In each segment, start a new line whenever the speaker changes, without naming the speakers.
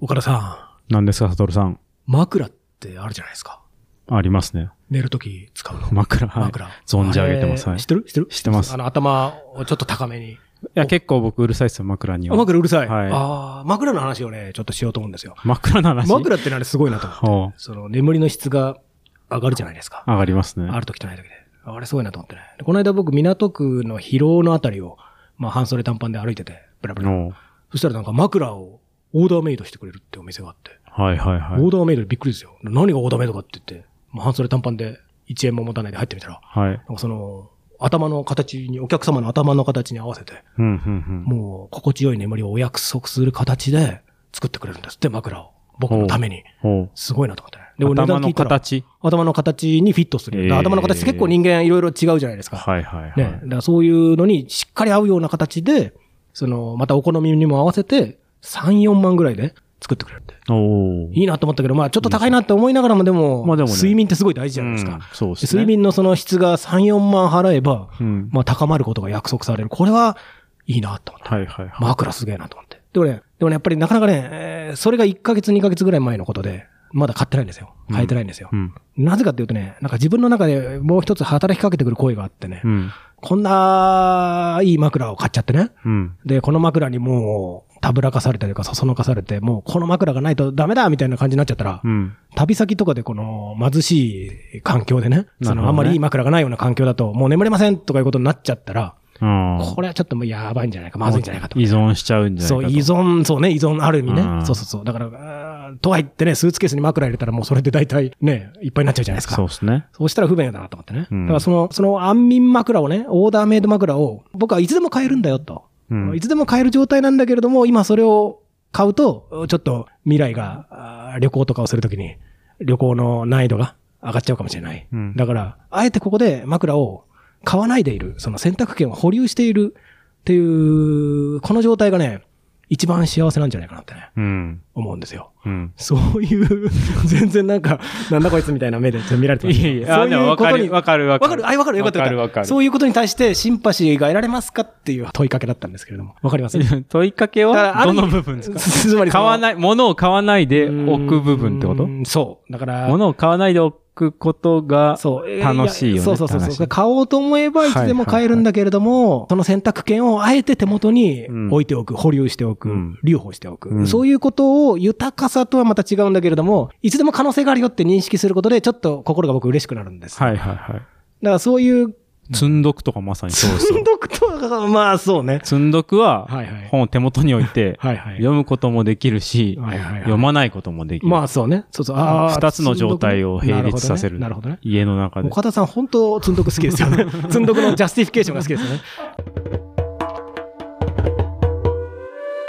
岡田さ
なんですか、サトルさん。
ん、枕ってあるじゃないですか。
ありますね。
寝るとき使うの。
枕。はい
枕。
存じ上げてます。
あ
はい。
れ
い
知ってる知ってる
知ってます
あの、頭をちょっと高めに。
や、結構僕うるさいっすよ、枕に
あ
は。
枕うるさい。
はい
ああ、枕の話をね、ちょっとしようと思うんですよ。
枕の話。
枕ってのはあれすごいなと思
ほ
って。その、眠りの質が上がるじゃないですか。
上がりますね。
あるときとないときで。あれすごいなと思ってね。でこの間僕、港区の広尾のあたりを、まあ、半袖短パンで歩いてて、ブラブラ。
おう
そしたらなんか枕をオーダーメイドしてくれるってお店があって。
はいはいは
オ
い。
ーダーメイドでびっくりですよ。何がオーダーメイドかって言って、まあ、半袖短パンで1円も持たないで入ってみたら、
はい。
なんかその、頭の形に、お客様の頭の形に合わせて、
うん、うん、
もう心地よい眠りをお約束する形で作ってくれるんですって、枕を。僕のために。
うん。おう
すごいなと思ってね。でも値
頭
段聞
の
いたら、
形。
頭の形にフィットする。だから頭の形って結構人間いろいろ違うじゃないですか。
はいはいはい。
ね。だからそういうのにしっかり合うような形で、その、またお好みにも合わせて、3、4万ぐらいで作ってくれるって。
お
いいなと思ったけど、まあちょっと高いなって思いながらもでも、
まあでもね
睡眠ってすごい大事じ
じ
ゃないですか。
そうですね。
睡。眠のその質が3、4万払えば、
うん。
まあ高まることが約束される。これはいいなと思って。
はいはいはい。
枕すげえなと思って。でもね、でもね、やっぱりなかなかね、えーそれが1ヶ月、2ヶ月ぐらい前のことで、まだ買ってないんですよ。買えてないんですよ
う。ん。
なぜかっていうとね、なんか自分の中でもう一つ働きかけてくる声があってね、
うん。
こんないい枕を買っちゃってね。
うん。
で、この枕にもう、たぶらかされたりとか、そそのかされて、もうこの枕がないとダメだみたいな感じになっちゃったら、
うん。
旅先とかでこの貧しい環境でね、そ
なるほどね
のあんまりいい枕がないような環境だと、もう眠れませんとかいうことになっちゃったら、
あー
これはちょっともうやばいんじゃないか、まずいんじゃないかと
依。存しちゃうんじゃない
そ
かと。
う、依存、そうね、依存ある意味ね
う。ん
そうそうそう。だから、あーとはいってね、スーツケースに枕入れたらもうそれで大体ね、いっぱいになっちゃうじゃないですか。
そうですね。
そうしたら不便だなと思ってね。
うん
だからその、その安眠枕をね、オーダーメイド枕を、僕はいつでも買えるんだよと。
うん
いつでも買える状態なんだけれども、今それを買うと、ちょっと未来が、あー旅行とかをするときに、旅行の難易度が上がっちゃうかもしれない。
うん
だから、あえてここで枕を買わないでいる、その選択権を保留しているっていう、この状態がね、一番幸せなんじゃないかなってね、
うん。
思うんですよ。
うん。
そういう、 全然なんか、なんだこいつみたいな目でちょっと見られてます。
いやいや
そ
あ
う
で
い
も
うことに、
わかるわかる
わかる、
わかる
あ、わかる、よかったよかった。
わかるわかる
そういうことに対して、シンパシーが得られますかっていう問いかけだったんですけれども。わかります
問いかけ
だから
は
ある
ど
意味
の部分ですか
つまりそ
買
の、
わない、物を買わないで置く部分ってこと
うーんそう。だから、
物を買わないで置くことが
そう。えー
楽しいよね。
やそうそうそう
って
そう。
話
買おうと思えばいつでも買えるんだけれども、その選択権をあえて手元に
うん
置いておく、保留しておく、
うん
留保しておく、
うん
そういうことを豊かさとはまた違うんだけれども、いつでも可能性があるよって認識することで、ちょっと心が僕嬉しくなるんです。
はいはいはい。
だからそういう、
積んどくとかまさにそうです
積ん
よ。
どくとは、まあそうね。
積んどくは
はいはい、
本を手元に置いて、
はいはい。
読むこともできるし、
はいはいはい
読まないこともできる。
まあそうね。そうそう。ああ。
二つの状態を並列させる。
なるほどね。なるほどね
家の中で。
岡田さん、本当、つんどく好きですよね。 つんどくのジャスティフィケーションが好きですよね。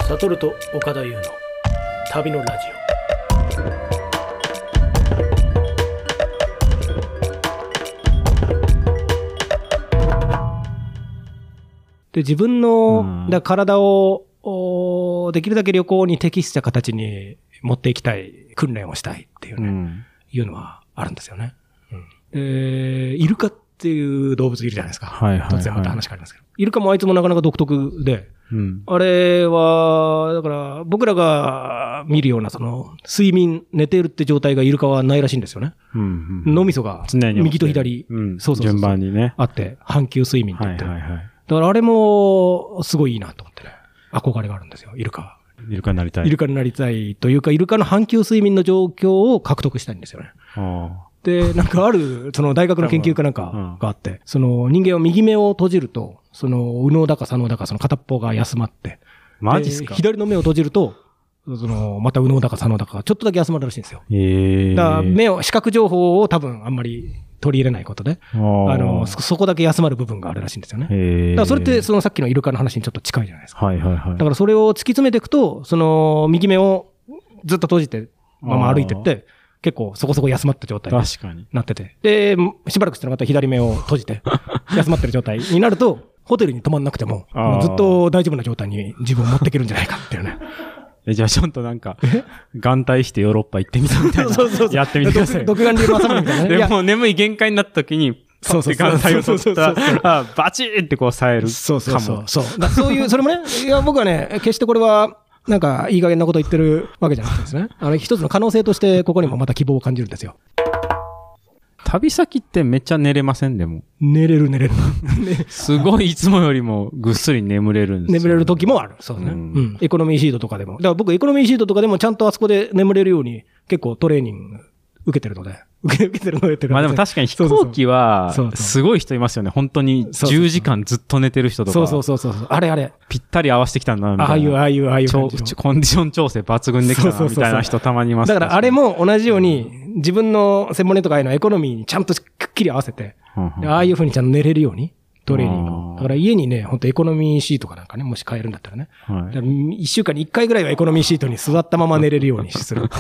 サトルと岡田優の旅のラジオ。で、自分の、
うん
だから体を、おーできるだけ旅行に適した形に持っていきたい、訓練をしたいっていうね。
うん。
いうのはあるんですよね。で、イルカっていう動物いるじゃないですか。
はいはいはい
突然また話変わりますけど。イルカもあいつもなかなか独特で、
うん。
あれは、だから僕らが見るようなその睡眠、寝てるって状態がイルカはないらしいんですよね。
うんうん
脳みそが
常に
右と左、
うん
そうそうそう
順番にね。
あって、半球睡眠って
は
言っ
い
て、
はいは
だからあれもすごいいいなと思ってね。憧れがあるんですよ、イルカは。
い。イルカになりたい。
イルカになりたいというか、イルカの半球睡眠の状況を獲得したいんですよね。
あ
で、なんかある、その大学の研究かなんかがあって、その人間は右目を閉じると、その右脳だか左脳だかその片っぽが休まって、
あマジっすか
で左の目を閉じると、そのまた右脳だか左脳だかがちょっとだけ休まるらしいんですよ。
ええ。
だから目を、視覚情報を多分あんまり取り入れないことで、
あ
あ
の
の、そそこだけ休まる部分があるらしいんですよね。
ええ。
だからそれってそのさっきのイルカの話にちょっと近いじゃないですか。
はいはいはい。
だからそれを突き詰めていくと、その右目をずっと閉じて、まま歩いてって、結構そこそこ休まった状態。
確かに。
なってて。で、しばらくしたらまた左目を閉じ て、休まってる状態になると、ホテルに泊まんなくても、
あー
もうずっと大丈夫な状態に自分を持っていけるんじゃないかっていうね。
え、じゃあちょっとなんか、眼帯してヨーロッパ行ってみたみたい な。やってみてくだ さいよ。
独独眼流の朝みたいなね。い
で
や
もう眠い限界になった時に、
そうそうそう
パッて眼帯を取った
そうそうそう
ら、あバチーってこう冴えるかも。
そうそうそう。そうだそういう、それもね、いや、僕はね、決してこれは、なんか、いい加減なこと言ってるわけじゃなくてですね。あの、一つの可能性として、ここにもまた希望を感じるんですよ。
旅先ってめっちゃ寝れません、でも。
寝れる 寝れる。ね
すごいいつもよりもぐっすり眠れるんですよ
眠れる時もある。そうね。う
うんん。
エコノミーシートとかでも。だから僕、エコノミーシートとかでもちゃんとあそこで眠れるように、結構トレーニング受けてるので。受け受けてるのでっていうか
まあでも確かに飛
そうそう
行機は
そうそう、
すごい人いますよね。本当に
そうそう
10時間ずっと寝てる人とか。
そうそうそうそうそう。あれあれ。
ぴったり合わせてきたんだな、みたい
あ
な。
あいう、ああいう、ああいう
ちょ
感じの
ちょコンディション調整抜群できた
そうそうそう
な、
そう
みたいな人たまにいます。
だからあれ
も、
も同じように、自分の背骨とかへのエコノミーにちゃんとくっきり合わせて、
うんうん
ああいう風にちゃんと寝れるように、トレーニングを
あー
だから家にね、ほんとエコノミーシートかなんかね、もし買えるんだったらね。
はい
だから一週間に一回ぐらいはエコノミーシートに座ったまま寝れるように する。だか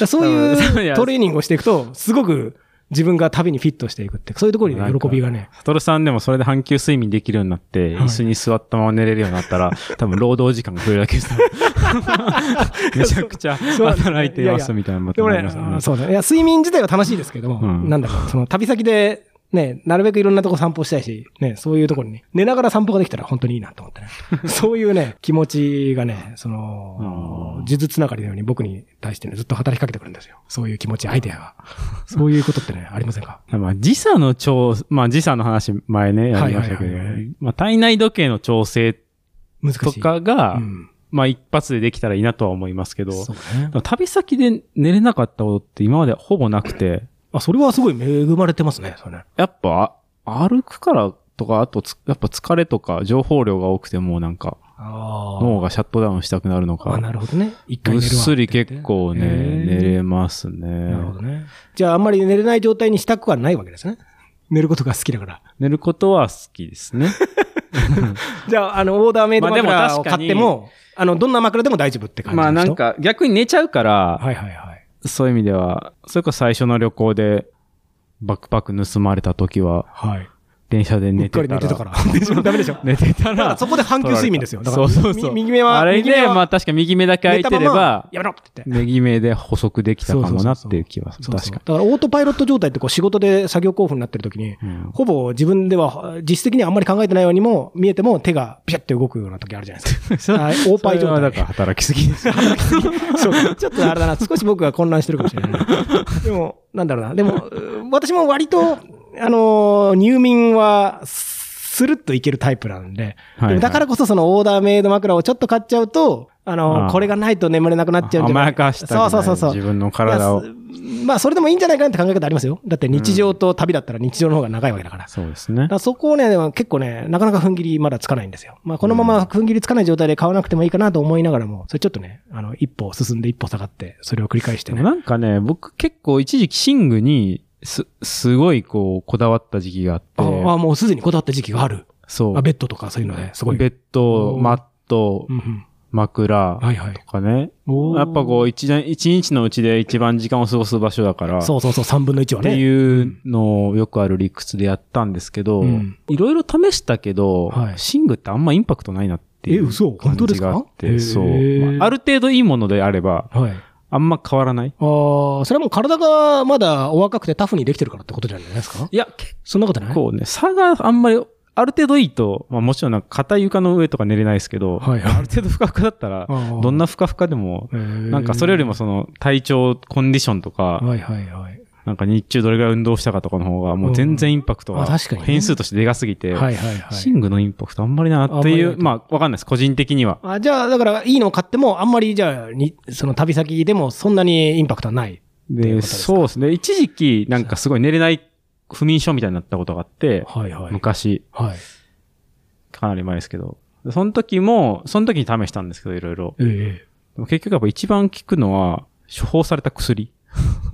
らそう
い
いう
や
トレーニングをしていくと、すごく自分が旅にフィットしていくって、そういうところに喜びがね。
サトルさんでもそれで半休睡眠できるようになって、
はい
椅子に座ったまま寝れるようになっ たら、多分労働時間が増えるだけですよ。めちゃくちゃ
そうなんです
働いていますみたいなのも
でも
あ
ね、
りますよね
あーそうだね。いや、睡眠自体は楽しいですけども、
うん
なんだろう、その旅先で、ね、なるべくいろんなとこ散歩したいし、ね、そういうところに、ね、寝ながら散歩ができたら本当にいいなと思ってね。 そういうね、気持ちがね、その
う、ん
呪術つながりのように僕に対してね、ずっと働きかけてくるんですよ。そういう気持ち、アイデアが。そういうことってね、ありませんか
まあ、時差の調、まあ、時差の話前ね、やりましたけ
はい
ど、
はいはいはい
まあ、体内時計の調整
難しい。
とかが、
うん。
まあ、一発でできたらいいなとは思いますけど、
そう
で
ね。
も旅先で寝れなかったことって今までほぼなくて、
あ、それはすごい恵まれてますね、それね。
やっぱ、あ歩くからとか、あとつ、やっぱ疲れとか、情報量が多くてもうなんか、
あ
脳がシャットダウンしたくなるの
あ、
か。
なるほどね。一回
ぐ
寝
っ
るわ
すり
って言って
結構ね、
へー
寝れますね
な。るほどね。じゃあ、あんまり寝れない状態にしたくはないわけですね。寝ることが好きだから。
寝ることは好きですね。
じゃあ、あの、オーダーメイド
まあでも
枕を買って
確
も、あの、どんな枕でも大丈夫って感じの
まあ
人
なん。か、逆に寝ちゃうから、
はいはいはい。
そういう意味では、それこそ最初の旅行で、バックパック盗まれた時は、
はい。
電車で
うっ
寝
か
て
り
た
寝
ら。
てたから。 でしょダメでしょ
寝てた
だから
ら
そ、こで半球睡眠ですよ。だから、
そうそうそう
み右目は、
あれ
右目
で、
は
まあ確か右目だけ空
寝
いて
たま
れば
ま、やめろって言って。
右目で補足できたかもなっていう気はする。
そうそう
確
そう
か
だから、オートパイロット状態ってこう、仕事で作業興奮になってる時に、
に。うん
ほぼ自分では、実質的にはあんまり考えてないようにも、見えても手がピシャって動くような時あるじゃないです か。
そ
はいオーパイ状態
それはだから働き すぎです。
そう ちょっとあれだな、少し僕が混乱してるかもしれない。でも、なんだろうな。でも、う私も割と、あのー入眠は、スルッといけるタイプなんで、
はいはい
でもだからこそそのオーダーメイド枕をちょっと買っちゃうと、あのー
ああ
これがないと眠れなくなっちゃうんじゃ
甘
ない
やかしたくな
そ
いう
そうそうそう。
自分の体を
いや。すまあ、それでもいいんじゃないかなって考え方ありますよ。だって日常と旅だったら日常の方が長いわけだから。
そうですね
だか。らそこをね、でも結構ね、なかなか踏ん切りまだつかないんですよ。まあ、このまま踏ん切りつかない状態で買わなくてもいいかなと思いながらも、それちょっとね、あの、一歩進んで一歩下がって、それを繰り返して
でも
ね。
なんかね、僕結構一時期寝具にす、すごいこう、こだわった時期があって、
ああ、もうすでにこだわった時期がある。
そう。
あベッドとかそういうのね、すごい。
ベッド、
おー
マット
う、んうん
枕
はいはい
と。かね。
おー
やっぱこう一年、一日のうちで一番時間を過ごす場所だから、
そうそうそう、3分の1は
っ
ね。
ていうのをよくある理屈でやったんですけど、
うん
いろいろ試したけど、
はい
寝具ってあんまインパクトないなってい
え
う
嘘本
感
当で
じ
すか
があって、そう。
へー
まあある程度いいものであれば、
はい。
あんま変わらない。
ああ、それはもう体がまだお若くてタフにできてるからってことじゃないですか
いや、結
そんなことない
構ね、差があんまり、ある程度いいと、まあもちろんなんか硬い床の上とか寝れないですけど、
はいはい
ある程度ふかふかだったら、どん
な、
なふかふかでも、
な
なんかそれよりも、その体調、コンディションとか、
はいはいはい。
なんか日中どれぐらい運動したかとかの方が、もう全然インパクト
うんあ
が
確かにね、
変数としてでかすぎて、
はいはいはい。
寝具のインパクトあんまりなってい、
あんまりないうと
まあわかんないです、個人的には。
あじゃあ、だから、いいのを買っても、あんまり、じゃあ、にその旅先でもそんなにインパクトはない。っていうこと
で、
ですか
そうですね。一時期、なんかすごい寝れない不眠症みたいになったことがあって、
はいは
昔、
はい。
かなり前ですけど。その時も、その時に試したんですけど、いろいろ。
ええ。
でも結局やっぱ一番効くのは、処方された薬。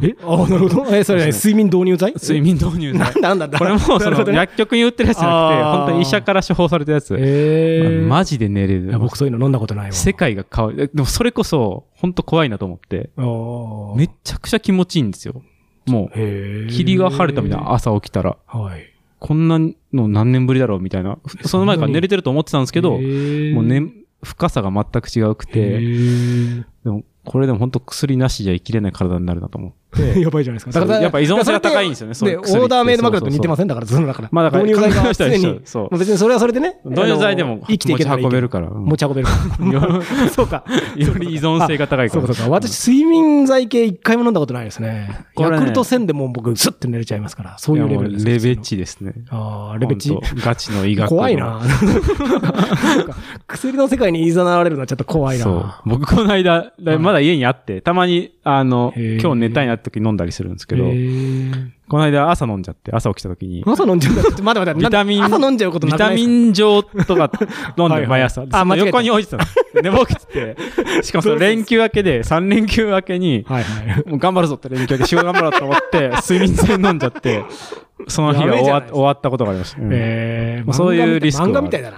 えあなるほど。え、それ、
そうで
睡眠導入剤
睡眠導入
な
剤
ん。だなんだ なんだ
これも、
な
そ
るほ
の、
どね
薬局に売ってるやつじゃな
あ
く
ー
て、本当に医者から処方されたやつ。
ええ。
マジで寝れ
い
る
や。僕そういうの飲んだことないわ。
世界が変わる。でもそれこそ、本当怖いなと思って。
おー
めちゃくちゃ気持ちいいんですよ。もう、
へえ。
霧が晴れたみたいな、。朝起きたら。
はい。
こんなの何年ぶりだろうみたいな。ふその前から寝れてると思ってたんですけど、
へ
も
え
う、ね、深さが全く違うく
へ
て、
え
でもこれでも本当薬なしじゃ生きれない体になるなと思っ
ね やばいじゃないですか。だから、
やっぱ依存性が高いんですよね
それ
そ
でオ
の薬って
ーダーメイド枕と似てませんだから、そのだから。
まあだから
導入剤
考
が
えた
常
ら一緒
に。
そう
もう別にそれはそれでね。
導入剤でも
あの生きていけたらいい
持ち運べるからうん
持ち運べる から。そうか。
より依存性が高いか
そう
ら。
かそうか。私、睡眠剤系一回も飲んだことないですね。
これね
ヤクルト1000でもう僕、スッて寝れちゃいますから、そういうレベルです。
レベチですね。
ああ、レベチ
ほん。とガチの医学の
怖いな。なんか薬の世界に誘われるのはちょっと怖い
そう
な。。
僕、この間、だまだ家にあって、たまに、あの、
へー
今日寝たいなって時飲んだりするんですけど
へ、ー
この間朝飲んじゃって、朝起きた時に、
朝飲んじゃう。ちょっと待って待って。
ビタミン、
朝飲んじゃうこと
ビ
なくな
タ
いです
ミ
か
ン錠とか飲
は
ん
いは
で
い
毎朝。
あ間違えた
横に置いてたの。寝 ぼけてて。しかもその連休明けで、3連休明けに、
はいはい。
もう頑張るぞって連休明け仕事頑張ろうと 思って、睡眠剤飲んじゃって、その日が
やべえじ
終
ゃない
わ
ですか
終わったことがありました。うん
え
ま
ー
あそういうリスクは
漫画みたいだな。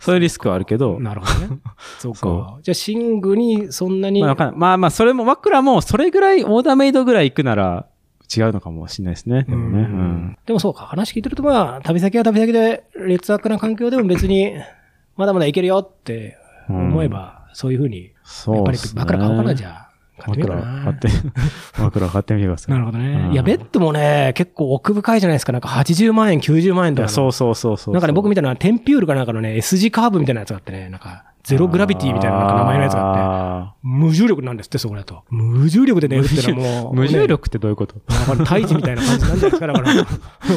そういうリスクはあるけど、
なるほどね。そう
そ
か。じゃあ、寝具にそんなに。
まあわかんない、まあまあ、それも、枕も、それぐらい、オーダーメイドぐらい行くなら、違うのかもしれないですね。でもね。うん。
でもそうか、話聞いてるとまあ、旅先は旅先で劣悪な環境でも別に、まだまだいけるよって思えば、そういうふうに、
そう
やっぱり
すね
枕買おうかな、じゃあ。買ってみよう
枕
かな
買って、枕買ってみてください。
なるほどね。
うん
いや、ベッドもね、結構奥深いじゃないですか。なんか80万円、90万円
い
と
や
か
そ
の。
うそうそうそう。
なんかね、僕みたいなテンピュールかなんかのね、S 字カーブみたいなやつがあってね、なんか、ゼ
ゼ
ログラビティみたいななんか名前のやつがあって、
あ
無重力なんですって、そこだと。無重力で寝るってのはも
ー
う、
無重
ね
力ってどういうこと
わかんない胎児みたいな感じなんじゃないですか、だから。 なん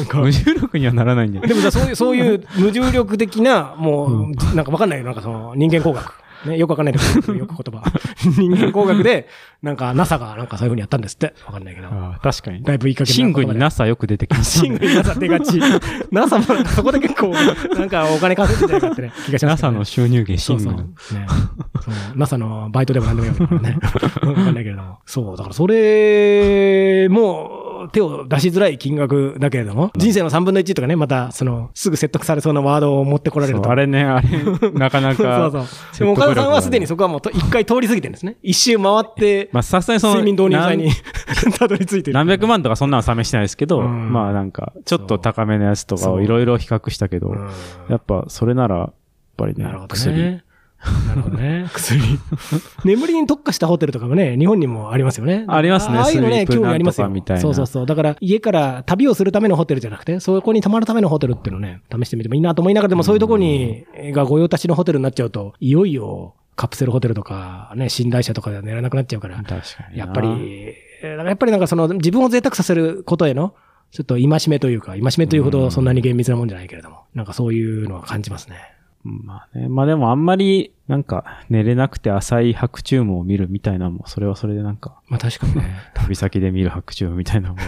か
無重力にはならないんだ よ。
でもさ、そういう、そういう無重力的な、もう、なんかわかんないよ。なんかその、人間工学。ね、よくわかんないけど、よく言 葉。人間工学で、なんか NASA がなんかそういうふうにやったんですって。わかんないけど。
あー確かに。
だいぶいい加
シ
減
ン
な
グ
言葉
に
で。
NASA よく出てきます。
シングに NASA 出がち。NASA もなんかそこで結構、なんかお金稼いでんじゃないかってね、気がしますけど
NASA
ね、
の収入源、シング
そう
の。
そう。ね。そう。NASA のバイトでも何でもやるから ね。わかんないけれども。そう。だからそれも、手を出しづらい金額だけれども、人生の3分の1とかね、また、その、すぐ説得されそうなワードを持ってこられる
そう
と。
あれね、あれ、 なかな
そう
か。
そうそう。でも岡田さんはすでにそこはもうと一回通り過ぎてるんですね。一周回って、
まあ、さすがにその、
睡眠導入剤に たどり着いてる。
何百万とかそんなの試してないですけど、
うん
まあなんか、ちょっと高めのやつとかをいろいろ比較したけど、
うん
やっぱそれなら、やっぱりね、
なるほど
薬。
ね。なるほど ね。薬。眠りに特化したホテルとかもね、日本にもありますよね。
ありますね
ああいうのね、
スリープ
興味あります
な
よ
んとかみたい。な
そうそうそう。だから、家から旅をするためのホテルじゃなくて、そこに泊まるためのホテルっていうのをね、試してみてもいいなと思いながら、でもそういうとこに、が御用達のホテルになっちゃうと、いよいよカプセルホテルとか、ね、寝台車とかでは寝られなくなっちゃうから
確、かにな。
やっぱり、えーだからやっぱりなんかその自分を贅沢させることへの、ちょっと戒めというか、戒めというほどそんなに厳密なもんじゃないけれども、なんかそういうのは感じますね。
まあね、まあでもあんまり、なんか、寝れなくて浅い白昼夢を見るみたいなのも、それはそれでなんか、
まあ確かにね。
旅先で見る白昼夢みた いなのも、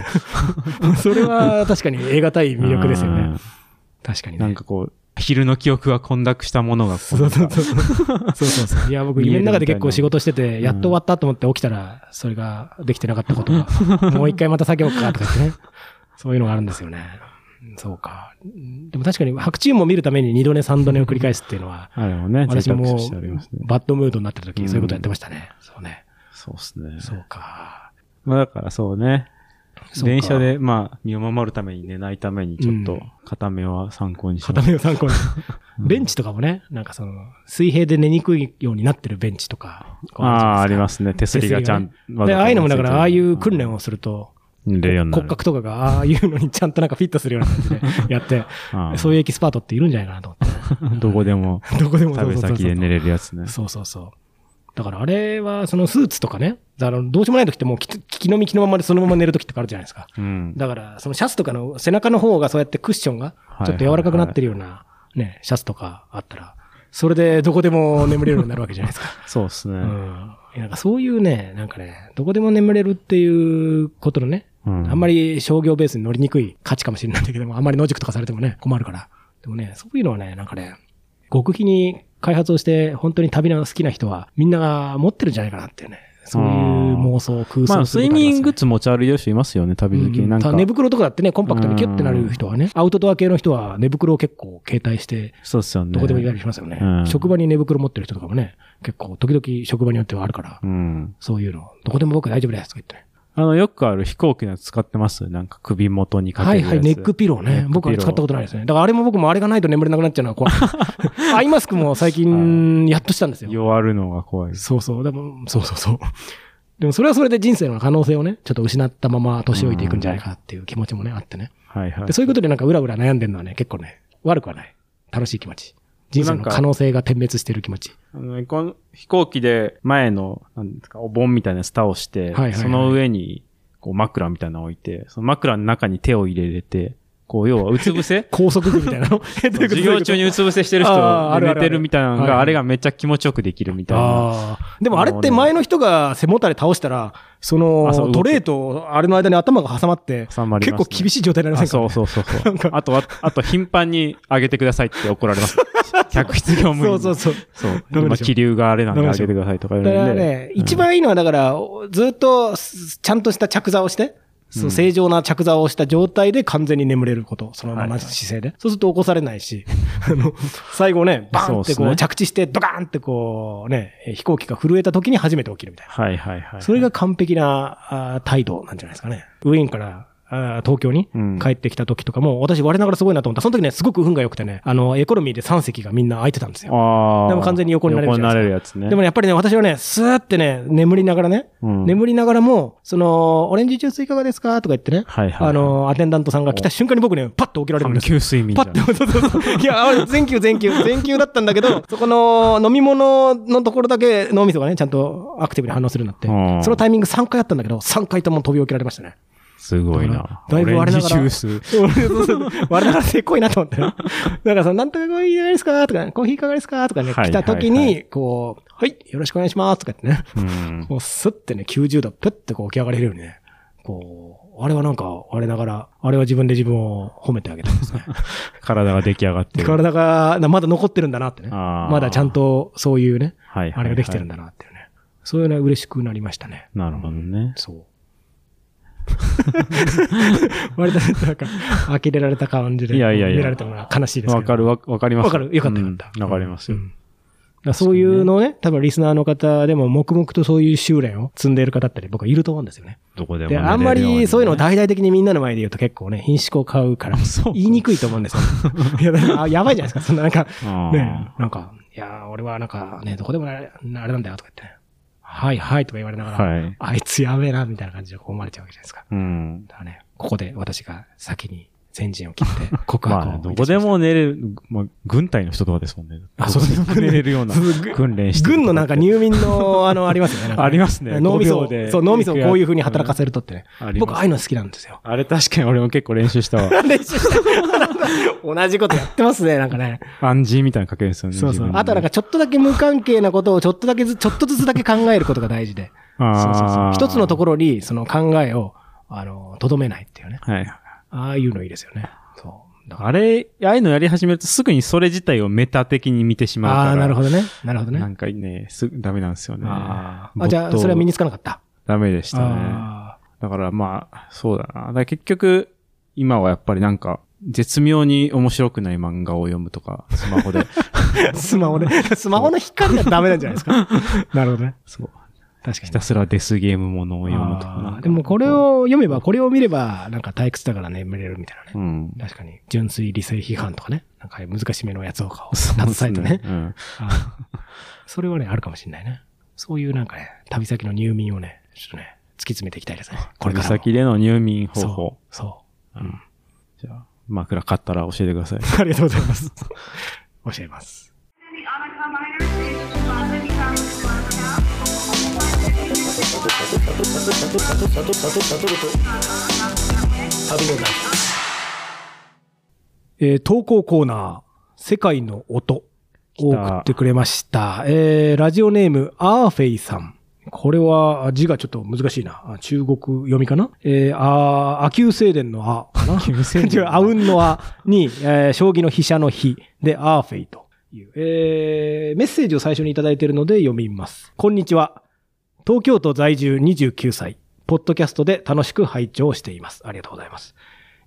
それは確かに得難い魅力ですよね。確か
う
に
ん。
ね。
なんかこう、昼の記憶が混濁したものがこう、
そうそうそう。そうそうそう。いや、僕、
見え
家
る
の中で結構仕事してて、やっと終わったと思って起きたら、それができてなかったこと が、もう一回また作業かとか言ってね。そういうのがあるんですよね。そうか。でも確かに、白昼夢を見るために二度寝三度寝を繰り返すっていうのは、
あれもね、
私
贅沢
も
としてありますね。
バッドムードになってる
うん
時、そういうことやってましたね。そうね。
そうですね。
そうか。
まあだからそうね。
そうか
電車で、まあ、身を守るために寝ないために、ちょっ
う
と
ん、
片目は参考にしま
片
す。
目を参考に。ベンチとかもね、なんかその、水平で寝にくいようになってるベンチとか。
ああ、ありますね。手す
手す
り
りが
が
ね
ちゃん、
で、ああいうのもだから、ああいう訓練をすると、
練
骨格とかがああいうのにちゃんとなんかフィットするような感じでや って、そう
い
いうエキスパートっているんじゃないかなと思
うん。 どこでも、
って。どこでも
食べ先で寝
る。
れるやつね。
そうそうそう。だからあれは、そのスーツとかね、だからどうしようもない時ってもうきつ気の身気のままでそのまま寝る時とかあるじゃないですか。
うん。
だから、そのシャツとかの背中の方がそうやってクッションがちょっと柔らかくなってるようなね、シャツとかあったら、それでどこでも眠れるようになるわけじゃないですか。
そうですね。
うん。なんかそういうね、なんかね、どこでも眠れるっていうことのね、
うん
あんまり商業ベースに乗りにくい価値かもしれないんだけども、あんまり野宿とかされてもね、困るから。でもね、そういうのはね、なんかね、極秘に開発をして、本当に旅の好きな人は、みんなが持ってるんじゃないかなっていうね、そういう妄想、空
まあ、
想することありますよ
睡
ね
眠グッズ持ち歩いてる人いますよね、旅先
う
に。
ん
なんか
た、寝袋とかだってね、コンパクトにキュッてなる人はね、アウトドア系の人は寝袋を結構携帯して、
そうっすよね。
どこでも行ったりしますよね。
うん
職場に寝袋持ってる人とかもね、結構時々職場によってはあるから
う、ん。
そういうの、どこでも僕大丈夫ですとか言ってね。
あの、よくある飛行機のやつ使ってますなんか首元にかけ
は
る
い
やつ。
はい、ネックピロー
ネッ
ね
クピ。ロー
僕は使ったことないですね。だからあれも僕もあれがないと眠れなくなっちゃうのは怖い。 アイマスクも最
は
近、やっとしたんですよ。
弱るのが怖い。
そうそう、でも、そうそうそう。でもそれはそれで人生の可能性をね、ちょっと失ったまま年老いていくんじゃないかっていう気持ちもね、あってね。
はいはい
で。そういうことでなんかうらうら悩んでるのはね、結構ね、悪くはない。楽しい気持ち。人生の可能性が点滅してる気持ち。
あのこの飛行機で前の、なんですか、お盆みたいなやつ倒し
はい
て、
はいはい
その上に、こう枕みたいなの置いて、その枕の中に手を入れれて、こう、要はうつ伏せ
高速部みたいなのえ どういうこと
授業中にうつ伏せしてる人
あーあるあ
寝
る
てるみたいなの
はいはい
が、あれがめっちゃ気持ちよくできるみたいな。
ああ。でもあれって前の人が背もたれ倒したら、そ
あそ
の
う動く
トレーとあれの間に頭が挟まって、
挟まり
結
ます
構
ね
厳しい状態になりません
あそ
か
うそうそうそ
なん
う
か。
あとは、あと頻繁に上げてくださいって怒 られます。客室業務員
そう
に。
そうそう。
そう。
ダメで
今、
しょ
気流があれなんで上げてくださいとか言
だ
う
か
の
ら
で。
ね、
うん
一番いいのはだから、ずっとすちゃんとした着座をして、そう
うん
正常な着座をした状態で完全に眠れること、そのまま姿勢で。そうすると起こされないし、 あの、最後ね、バーンって
そう
こ
っす
う
ね
着地してドカーンってこうね、飛行機が震えた時に初めて起きるみたいな。
はいはいはい。
それが完璧なあー態度なんじゃないですかね。ウィーンからあー東京に
うん
帰ってきた時とかも、私我ながらすごいなと思った。その時ね、すごく運が良くてね、あの、エコノミーで3席がみんな空いてたんですよ。
ああ。
でも完全に横になれるじ
横
ゃ
に
ない
な
ですか
れるやつね。
でもね、やっぱりね、私はね、スーってね、眠りながらね、
うん
眠りながらも、その、オレンジジュースいかがですかとか言ってね、
はいはいはい
あの、アテンダントさんが来た瞬間に僕ね、パッと起きられるんですよ
給睡眠
パッて、そうそうそう。いや、あれ、全休、全休、全休だったんだけど、そこの飲み物のところだけ脳みそがね、ちゃんとアクティブに反応するようになっ
うん
て、そのタイミング3回あったんだけど、3回とも飛び起きられましたね。
すごいな。
だいぶ割れながら
オレンジジュース。
そうそうそう我ながらせっこいなと思ってね。だからその、なんとかコーヒーいかがですかとかね、コーヒーいかがですかとかね、
はい
来た時
はい
に、こう、はい、よろしくお願いしますとか言ってね、
うん。
もうスッてね、90度、プッてこう起き上がれるようにね、こう、あれはなんか、我ながら、あれは自分で自分を褒めてあげたんです ね。
体が出来上がってる。
体が、なまだ残ってるんだなってね。
あー
まだちゃんとそういうね、
はいはいはい
あれができてるんだなっていうね。そういうのは嬉しくなりましたね。
なるほどね。
そう。 割となんか、呆れられた感じで、
いやいやいや
見られたのが悲しいですけど。
わかる、わわかります。
わかる。よかった
う
よ
ん
か
わ
った。
かりますよ
う。んだからそういうのをね、多分リスナーの方でも黙々とそういう修練を積んでいる方って僕はいると思うんですよね。
どこでも
で、
寝れる
あんま
よにね
りそういうのを大々的にみんなの前で言うと結構ね、品種を買うから、
そう
言いにくいと思うんです よ。いや、だからあやばいじゃないですか。そんななんか、
あー
ね、なんか、いやー、俺はなんかね、どこでもあれあれなんだよとか言ってね、はいはいとか言われながら、
はい。
あいつやべえな、みたいな感じでこう思われちゃうわけじゃないですか。
うん。
だからね、ここで私が先に先陣を切って告白を
まあ、
いたしました、
どこでも寝れる、まあ、軍隊の人とかですもんね。
あ
どこでも
そうですね
寝れるような
そうぐ
訓練してる
軍のなんか入眠の、あの、あり ますよね。なんかね
ありますね
脳みそを、
5秒で
そう、脳みそをこういう風に働かせるとってね
うんあ。ります
僕、ああいうの好きなんですよ。
あれ確かに俺も結構練習したわ。
練習して。同じことやってますね、なんかね。
暗示みたいなのかけるんですよね。
そうそう。あとなん
か、
かちょっとだけ無関係なことをちょっとだけず、ちょっとずつだけ考えることが大事で。そうそうそう。一つのとこ
ろ。
ろに、その考えを、あの、とどめないっていうね。
はい。
ああいうのいいですよね。そう。だから
あれ、ああいうのやり始めるとすぐにそれ自体をメタ的に見てしまうから。
ああー、なるほどね。なるほどね。
なんかね、すダメなんですよね。
あー
没
あ、じゃあ、
頭
それは身につかなかった。
ダメでしたね。
あ
だからまあ、そうだな。だから結局、今はやっぱりなんか、絶妙に面白くない漫画を読むとか、スマホで。
ースマホね。 スマホの光がダメなんじゃないですか。 なるほどね。
そう。
確か
ひ
に
た。すらデスゲームものを読むとかなん
あ
か
ーでもこれ、を読めば、これを見れば、なんか退屈だから眠れるみたいな
う
ね。
ん。
確かに。純粋理性批判とかね。なんか難しめのやつをこう携えてね
う。ん。
あー それはね、あるかもしれないね。そういうなんかね、旅先の入眠をね、ちょっとね、突き詰めていきたいですね。これからも。
先での入眠方
そ
法。。
う。そう
ん。じゃあ、枕買ったら教えてください。
う。ありがとうございます。 教えます。
The Anaka Minor is Plaza Nikon Plaza now.
えー投稿コーナー、世界の音を
来た
送ってくれました。えーラジオネーム、アーフェイさん。これは字がちょっと難しいな。あ中国読みかなえー、あー、アキュー聖伝 のアかな違うアウンのアに、えー将棋の飛車の飛で、アーフェイという。えーメッセージを最初にいただいているので読みます。こんにちは。東京都在住29歳。ポッドキャストで楽しく拝聴しています。ありがとうございます。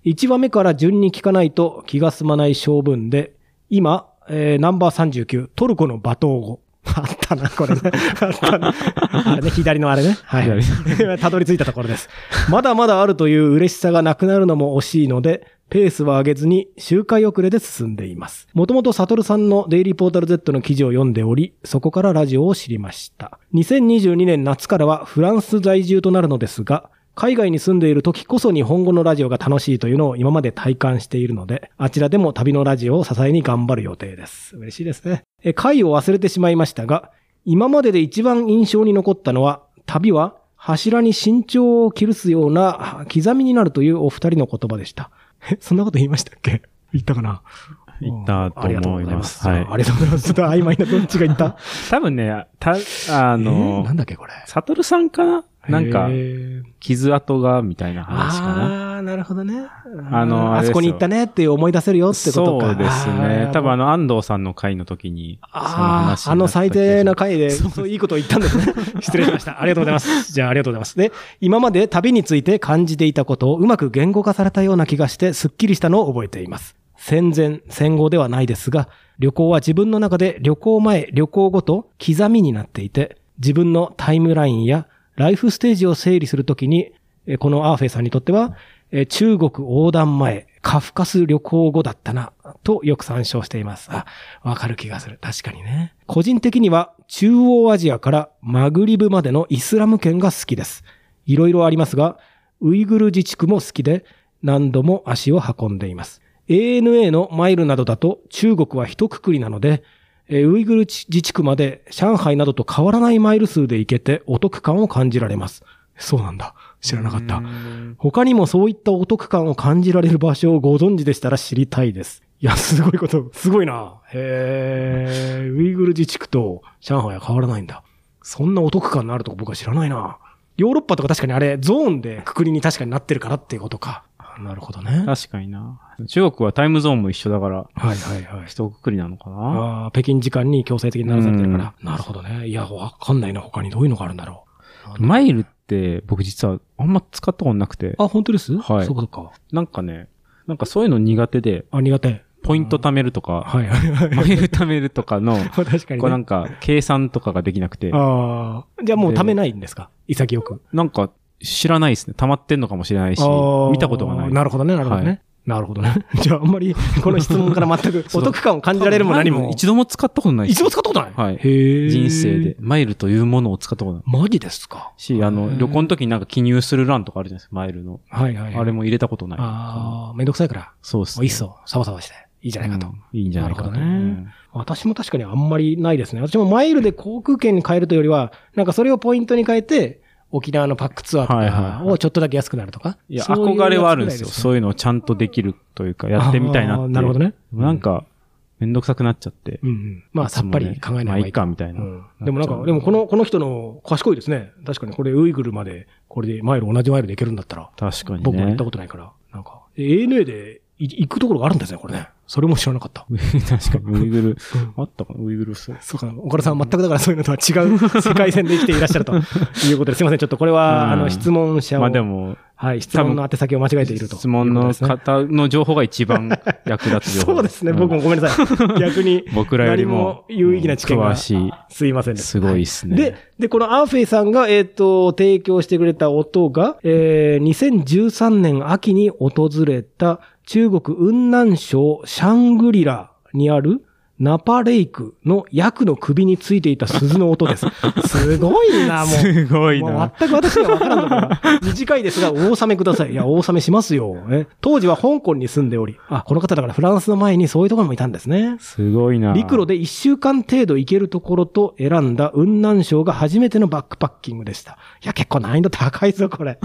1話目から順に聞かないと気が済まない性分で、今、えーナンバー39、トルコの罵倒語 あったな、これね。あったな。あれね、左のあれね。はい。 たどり着いたところです。まだまだあるという嬉しさがなくなるのも惜しいので、ペースは上げずに周回遅れで進んでいます。もともとサトルさんのデイリーポータル Z の記事を読んでおり、そこからラジオを知りました。2022年夏からはフランス在住となるのですが、海外に住んでいる時こそ日本語のラジオが楽しいというのを今まで体感しているので、あちらでも旅のラジオを支えに頑張る予定です。嬉しいですね。え、回を忘れてしまいましたが、今までで一番印象に残ったのは、旅は柱に身長を切るすような刻みになるというお二人の言葉でした。え、そんなこと言いましたっけ言ったかな
言ったと
あ
思います
りがとうございます。
はい
ありがとうございます。ちょっと曖昧などっちが言った
多分ね、た、あ
あ
の
な、んだっけこれ。
サトルさんかななんか
へ、ー
傷跡が、みたいな話かな。
ああー、なるほどね。
あの
あ
あれです
そ
よ
こに行ったねっていう思い出せるよってことか。
そうですね。多分あ
の、
の、安藤さんの回の時に、その
あ
話
あ、あの最低な
回。
回で、そういいことを言ったんですね。 失礼しました。ありがとうございます。じゃあ、ありがとうございます。で、今まで旅について感じていたことをうまく言語化されたような気がして、すっきりしたのを覚えています。戦前、戦後ではないですが、旅行は自分の中で旅行前、旅行後と刻みになっていて、自分のタイムラインやライフステージを整理するときに、えーこのアーフェイさんにとっては、えー中国横断前、カフカス旅行後だったな、とよく参照しています。あ、わかる気がする。確かにね。個人的には、中央アジアからマグリブまでのイスラム圏が好きです。いろいろありますが、ウイグル自治区も好きで、何度も足を運んでいます。ANA のマイルなどだと中国は一括りなので、えーウイグル自治区まで上海などと変わらないマイル数で行けてお得感を感じられます。そうなんだ。知らなかった。他にもそういったお得感を感じられる場所をご存知でしたら知りたいです。いや、すごいこと、すごいな。へえ、ウイグル自治区と上海は変わらないんだ。そんなお得感のあるとこ僕は知らないな。ヨーロッパとか確かにあれ、ゾーンでくくりに確かになってるからっていうことか。なるほどね。
確かにな。中国はタイムゾーンも一緒だから、
はいはいはい。
一括りなのかな
ああ、北京時間に強制的にならされてるから。なるほどね。いや、わかんないな。他にどういうのがあるんだろう。
マイルって、僕実はあんま使ったことなくて、
あ、本当です
はい
そうかそうか。
なんかね、なんかそういうの苦手で、
あ、苦手。
ポイント貯めるとか、
はいはいはい。
マイル貯めるとか の、
確かに、
こうな
ね。
んか、計算とかができなくて、
ああ。じゃあもうためないんですか潔く。
なんか、知らないですね。溜まってんのかもしれないし
あー、
見たことがない。
なるほどね、なるほどね。
はい
なるほどね。 じゃあ、あんまり、この質問から全く
そ
お
う
得感を感じられるも何も。
一度も使ったことないです
一度も使ったことない
はい
へえ。
人生で。。マイルというものを使ったことない。
マジですか
し、あ
へー
の、旅行の時になんか記入する欄とかあるじゃないですか、マイルの。
はいはい。
あれ
も。
も入れたことない。
ああ、めんどくさいから。
そうです
もういっそ、サバサバして。いいじゃないかと。
うんいいんじゃないかと。
なるほどね私も確かにあんまりないですね。私もマイルで航空券に変えるというよりは、なんかそれをポイントに変えて、沖縄のパックツアーと
はいはい
か
はい
をちょっとだけ安くなるとか。
いや、
そういう
憧れはあるんですよ。
やつ
そういうのをちゃんとできるというか、やってみたいなっ
あー
て。
なるほど。ね。
なんか、めんどくさくなっちゃって
う。んうん。まあ、さっぱり考えない方が
まあ、
い
い
い
っ。か、みたいな。
うんでもなんか、でもこの、この人の賢いですね。確かにこれウイグルまで、これでマイル同じマイルで行けるんだったら、
確かにね。
僕も行ったことないから、なんか、え ANA でい行くところがあるんですね、これね。それも知らなかった。
確かに、ウイグル。あったかなウイグルそう。
そうか、岡田さんは全くだからそういうのとは違 う世界線で生きていらっしゃるということです。すいません、ちょっとこれは、
うん
あの、質問者を、
まあでも、
はい、質問の宛先を間違えていると。
質問の
いうこと
方の情報が一番役立
です
つ
ね
情報。
そうですね、僕もごめんなさい。 逆に、
うん。僕らより
何
も
も、有意義な知見が
詳し
すいません
い。
でした
すごいっすね。
で、で、このアーフェイさんが、えっ、と、提供してくれた音が、えー、2013年秋に訪れた中国雲南省シャングリラにあるナパレイクのヤクの首についていた鈴の音 です。すごいな、もう。
すごい
もう
な。
全く私には分からんだから。短いですが、お納めください。いや、お納めしますよ。え当時は香港に住んでおり、あ、この方だからフランスの前にそういうところもいたんですね。
すごいな。
陸路で1週間程度行けるところと選んだ雲南省が初めてのバックパッキングでした。いや、結構難易度高いぞ、こ れ。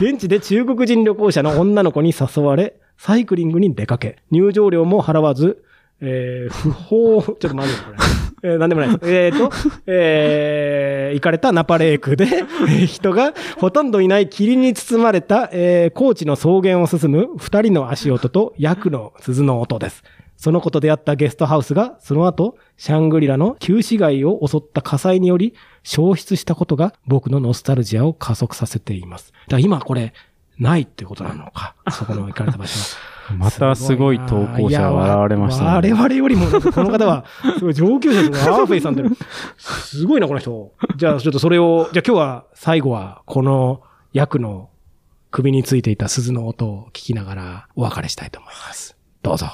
現地で中国人旅行者の女の子に誘われ、サイクリングに出かけ、入場料も払わず、えー、不法、ちょっと待ってよ、これ。 えー、なんでもないです。えーと、えー、行かれたナパレークで、えー人がほとんどいない霧に包まれた、えー、高知の草原を進む二人の足音と、ヤクの鈴の音です。そのこと出会ったゲストハウスが、その後、シャングリラの旧市街を襲った火災により、消失したことが僕のノスタルジアを加速させています。だから今これ、ないってことなのか。そこの行かれた場所は。
またすごい投稿者が笑われましたね
ね。我々よりも、この方は、すごい上級者ですね。アーフェイさんって、すごいな、この人。じゃあ、ちょっとそれを、じゃあ今日は、最後は、この役の首についていた鈴の音を聞きながら、お別れしたいと思います。どうぞ。